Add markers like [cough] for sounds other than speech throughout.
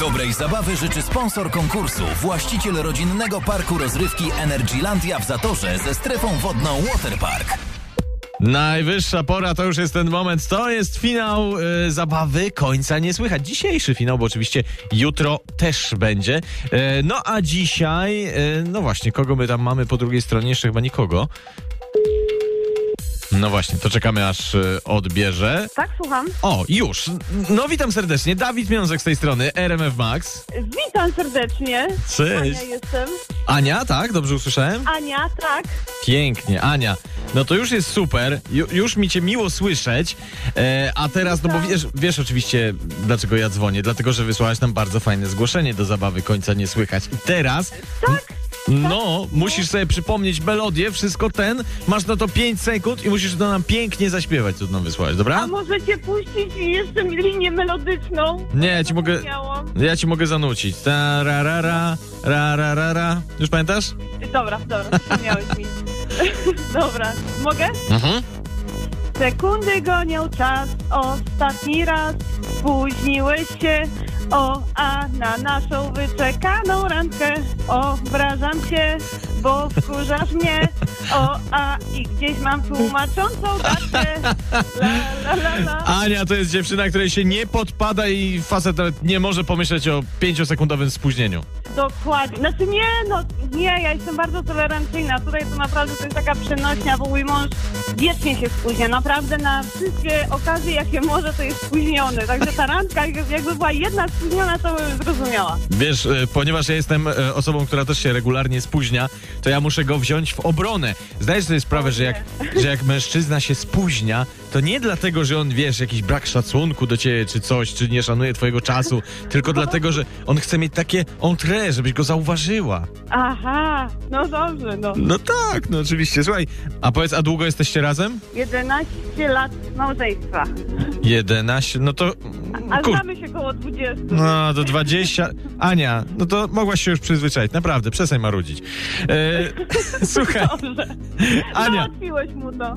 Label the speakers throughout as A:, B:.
A: Dobrej zabawy życzy sponsor konkursu, właściciel rodzinnego parku rozrywki Energylandia w Zatorze ze strefą wodną Waterpark.
B: Najwyższa pora to już jest ten moment. To jest finał e, zabawy końca nie słychać. Dzisiejszy finał, bo oczywiście jutro też będzie. E, no a dzisiaj, e, no właśnie, kogo my tam mamy po drugiej stronie? Jeszcze chyba nikogo. No właśnie, to czekamy aż e, odbierze.
C: Tak, słucham.
B: O, już. No witam serdecznie. Dawid Miązek z tej strony, RMF Max.
C: Witam serdecznie.
B: Cześć.
C: Ania jestem.
B: Ania, tak? Dobrze usłyszałem?
C: Ania, tak.
B: Pięknie, Ania. No to już jest super, Ju, już mi cię miło słyszeć. E, a teraz, no bo
C: Tak.
B: wiesz, wiesz oczywiście, dlaczego ja dzwonię. Dlatego, że wysłałaś nam bardzo fajne zgłoszenie do zabawy końca nie słychać. I teraz.
C: Tak.
B: No, musisz sobie przypomnieć melodię, wszystko ten. Masz na to 5 sekund i musisz to nam pięknie zaśpiewać, co nam wysłałeś,
C: A no,
B: dobra?
C: możecie puścić jeszcze mi linię melodyczną?
B: Nie, ja ci mogę.
C: Miałam.
B: Ja ci mogę zanucić. Ta ra ra ra, ra ra ra ra. Już pamiętasz?
C: Dobra, dobra, wspomniałeś mi. [laughs] dobra, mogę?
B: Mhm.
C: Sekundy gonią czas, ostatni raz spóźniłeś się. O, a na naszą wyczekaną randkę obrażam się, bo wkurzasz mnie. O, a i gdzieś mam tłumaczącą datę. La, la, la, la.
B: Ania to jest dziewczyna, której się nie podpada i facet nawet nie może pomyśleć o pięciosekundowym spóźnieniu.
C: Dokładnie. Znaczy nie, no nie, ja jestem bardzo tolerancyjna. Tutaj to naprawdę to jest taka przenośnia, bo mój mąż wiecznie się spóźnia. Naprawdę na wszystkie okazje, jakie może, to jest spóźniony. Także ta randka, jak- jakby była jedna spóźniona, to bym zrozumiała.
B: Wiesz, e, ponieważ ja jestem e, osobą, która też się regularnie spóźnia, to ja muszę go wziąć w obronę. Zdajesz sobie sprawę, że jak, że jak mężczyzna się spóźnia, to nie dlatego, że on, wiesz, jakiś brak szacunku do ciebie, czy coś, czy nie szanuje twojego czasu, tylko dlatego, że on chce mieć takie entrée, żebyś go zauważyła.
C: Aha, no dobrze, no.
B: No tak, no oczywiście. Słuchaj, a powiedz, a długo jesteście razem?
C: 11 lat małżeństwa.
B: 11, no to...
C: A
B: kur-
C: znamy się koło 20.
B: No, to 20. Ania, no to mogłaś się już przyzwyczaić, naprawdę, przestań marudzić. E, słuchaj,
C: Dobrze.
B: Ania,
C: Załatwiłeś mu to.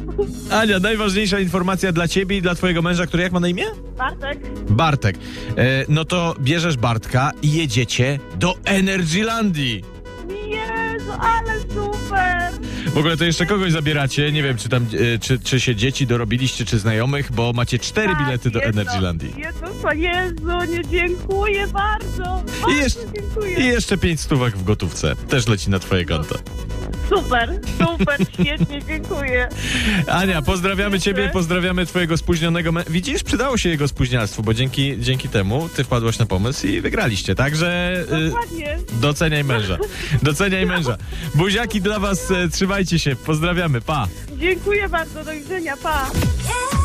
B: Ania, najważniejsza informacja dla ciebie i dla twojego męża, który jak ma na imię?
C: Bartek,
B: Bartek. E, no to bierzesz Bartka i jedziecie do Energylandii.
C: Jezu, ale super.
B: W ogóle to jeszcze kogoś zabieracie, nie wiem, czy tam, e, czy, czy się dzieci dorobiliście, czy znajomych, bo macie cztery
C: Tak,
B: bilety do
C: jedno,
B: Energylandii.
C: jedno, co- Jezu, nie dziękuję bardzo. Bardzo
B: I jeszcze-
C: dziękuję.
B: I jeszcze pięć stówek w gotówce, też leci na twoje konto.
C: Super,
B: [laughs]
C: super, świetnie, dziękuję.
B: Ania, pozdrawiamy
C: Dziękuję.
B: ciebie, pozdrawiamy twojego spóźnionego. mę- Widzisz, przydało się jego spóźnialstwo, bo dzięki, dzięki temu ty wpadłaś na pomysł i wygraliście. Także y,
C: Dokładnie.
B: doceniaj męża. Doceniaj męża. Buziaki dla was, e, trzymajcie się. Pozdrawiamy, pa.
C: Dziękuję bardzo, do widzenia, pa.
D: Yeah.